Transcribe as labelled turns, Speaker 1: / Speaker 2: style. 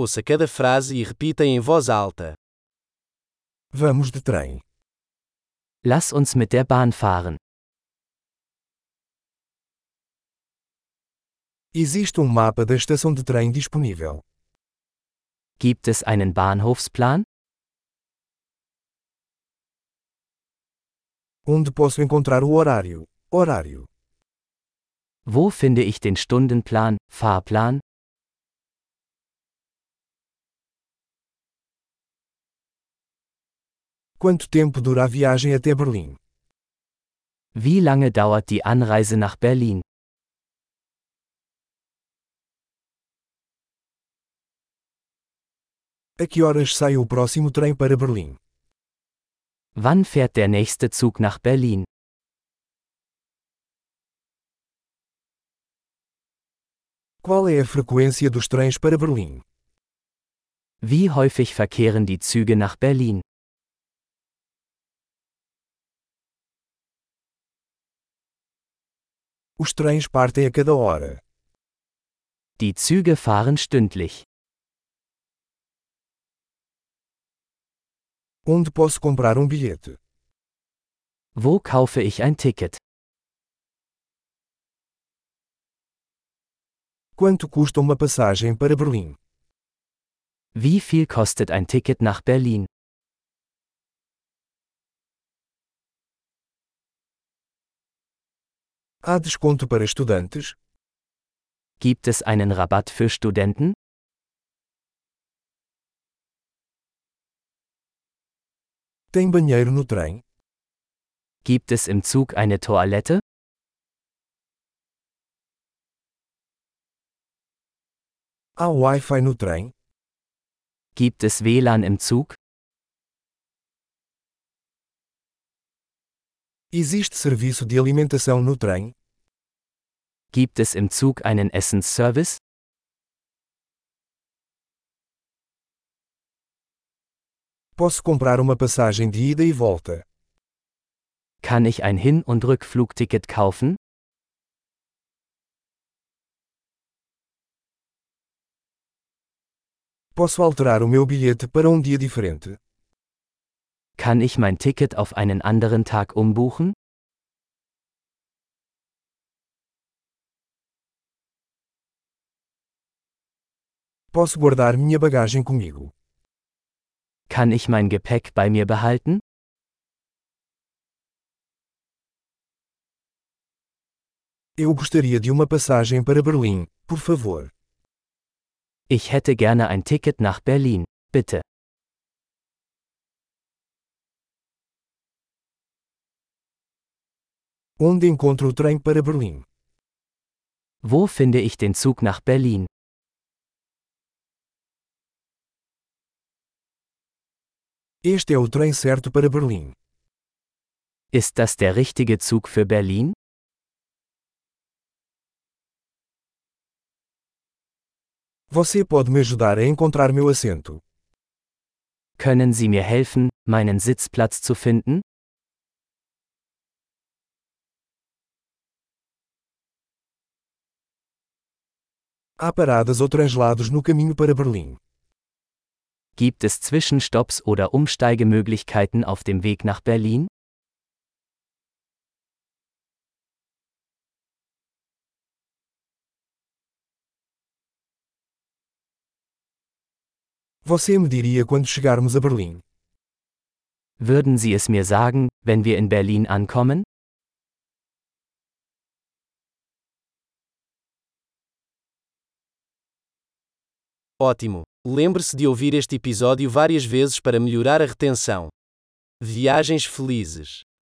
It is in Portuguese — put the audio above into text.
Speaker 1: Ouça cada frase e repita em voz alta.
Speaker 2: Vamos de trem.
Speaker 3: Lass uns mit der Bahn fahren.
Speaker 2: Existe um mapa da estação de trem disponível.
Speaker 3: Gibt es einen Bahnhofsplan?
Speaker 2: Onde posso encontrar o horário? Horário.
Speaker 3: Wo finde ich den Stundenplan, Fahrplan?
Speaker 2: Quanto tempo dura a viagem até Berlim?
Speaker 3: Wie lange dauert die Anreise nach Berlin?
Speaker 2: A que horas sai o próximo trem para Berlim?
Speaker 3: Wann fährt der nächste Zug nach Berlin?
Speaker 2: Qual é a frequência dos trens para Berlim?
Speaker 3: Wie häufig verkehren die Züge nach Berlin?
Speaker 2: Os trens partem a cada hora.
Speaker 3: Die Züge fahren stündlich.
Speaker 2: Onde posso comprar um bilhete?
Speaker 3: Wo kaufe ich ein Ticket?
Speaker 2: Quanto custa uma passagem para Berlim?
Speaker 3: Wie viel kostet ein Ticket nach Berlin?
Speaker 2: Há desconto para estudantes?
Speaker 3: Gibt es einen Rabatt für Studenten?
Speaker 2: Tem banheiro no trem?
Speaker 3: Gibt es im Zug eine Toilette?
Speaker 2: Há Wi-Fi no trem?
Speaker 3: Gibt es WLAN im Zug?
Speaker 2: Existe serviço de alimentação no trem?
Speaker 3: Gibt es im Zug einen Essensservice?
Speaker 2: Posso comprar uma passagem de ida e volta?
Speaker 3: Kann ich ein Hin- und Rückflugticket kaufen?
Speaker 2: Posso alterar o meu bilhete para um dia diferente?
Speaker 3: Kann ich mein Ticket auf einen anderen Tag umbuchen?
Speaker 2: Posso guardar minha bagagem comigo?
Speaker 3: Kann ich mein Gepäck bei mir behalten?
Speaker 2: Eu gostaria de uma passagem para Berlim, por favor.
Speaker 3: Ich hätte gerne ein Ticket nach Berlin, bitte.
Speaker 2: Onde encontro o trem para Berlim?
Speaker 3: Wo finde ich den Zug nach Berlin?
Speaker 2: Este é o trem certo para Berlim.
Speaker 3: Ist das der richtige Zug für Berlin?
Speaker 2: Você pode me ajudar a encontrar meu assento.
Speaker 3: Können Sie mir helfen, meinen Sitzplatz zu finden?
Speaker 2: Há paradas ou translados no caminho para Berlim.
Speaker 3: Gibt es Zwischenstopps oder Umsteigemöglichkeiten auf dem Weg nach Berlin?
Speaker 2: Você me diria quando chegarmos a Berlim?
Speaker 3: Würden Sie es mir sagen, wenn wir in Berlin ankommen?
Speaker 1: Ótimo! Lembre-se de ouvir este episódio várias vezes para melhorar a retenção. Viagens felizes!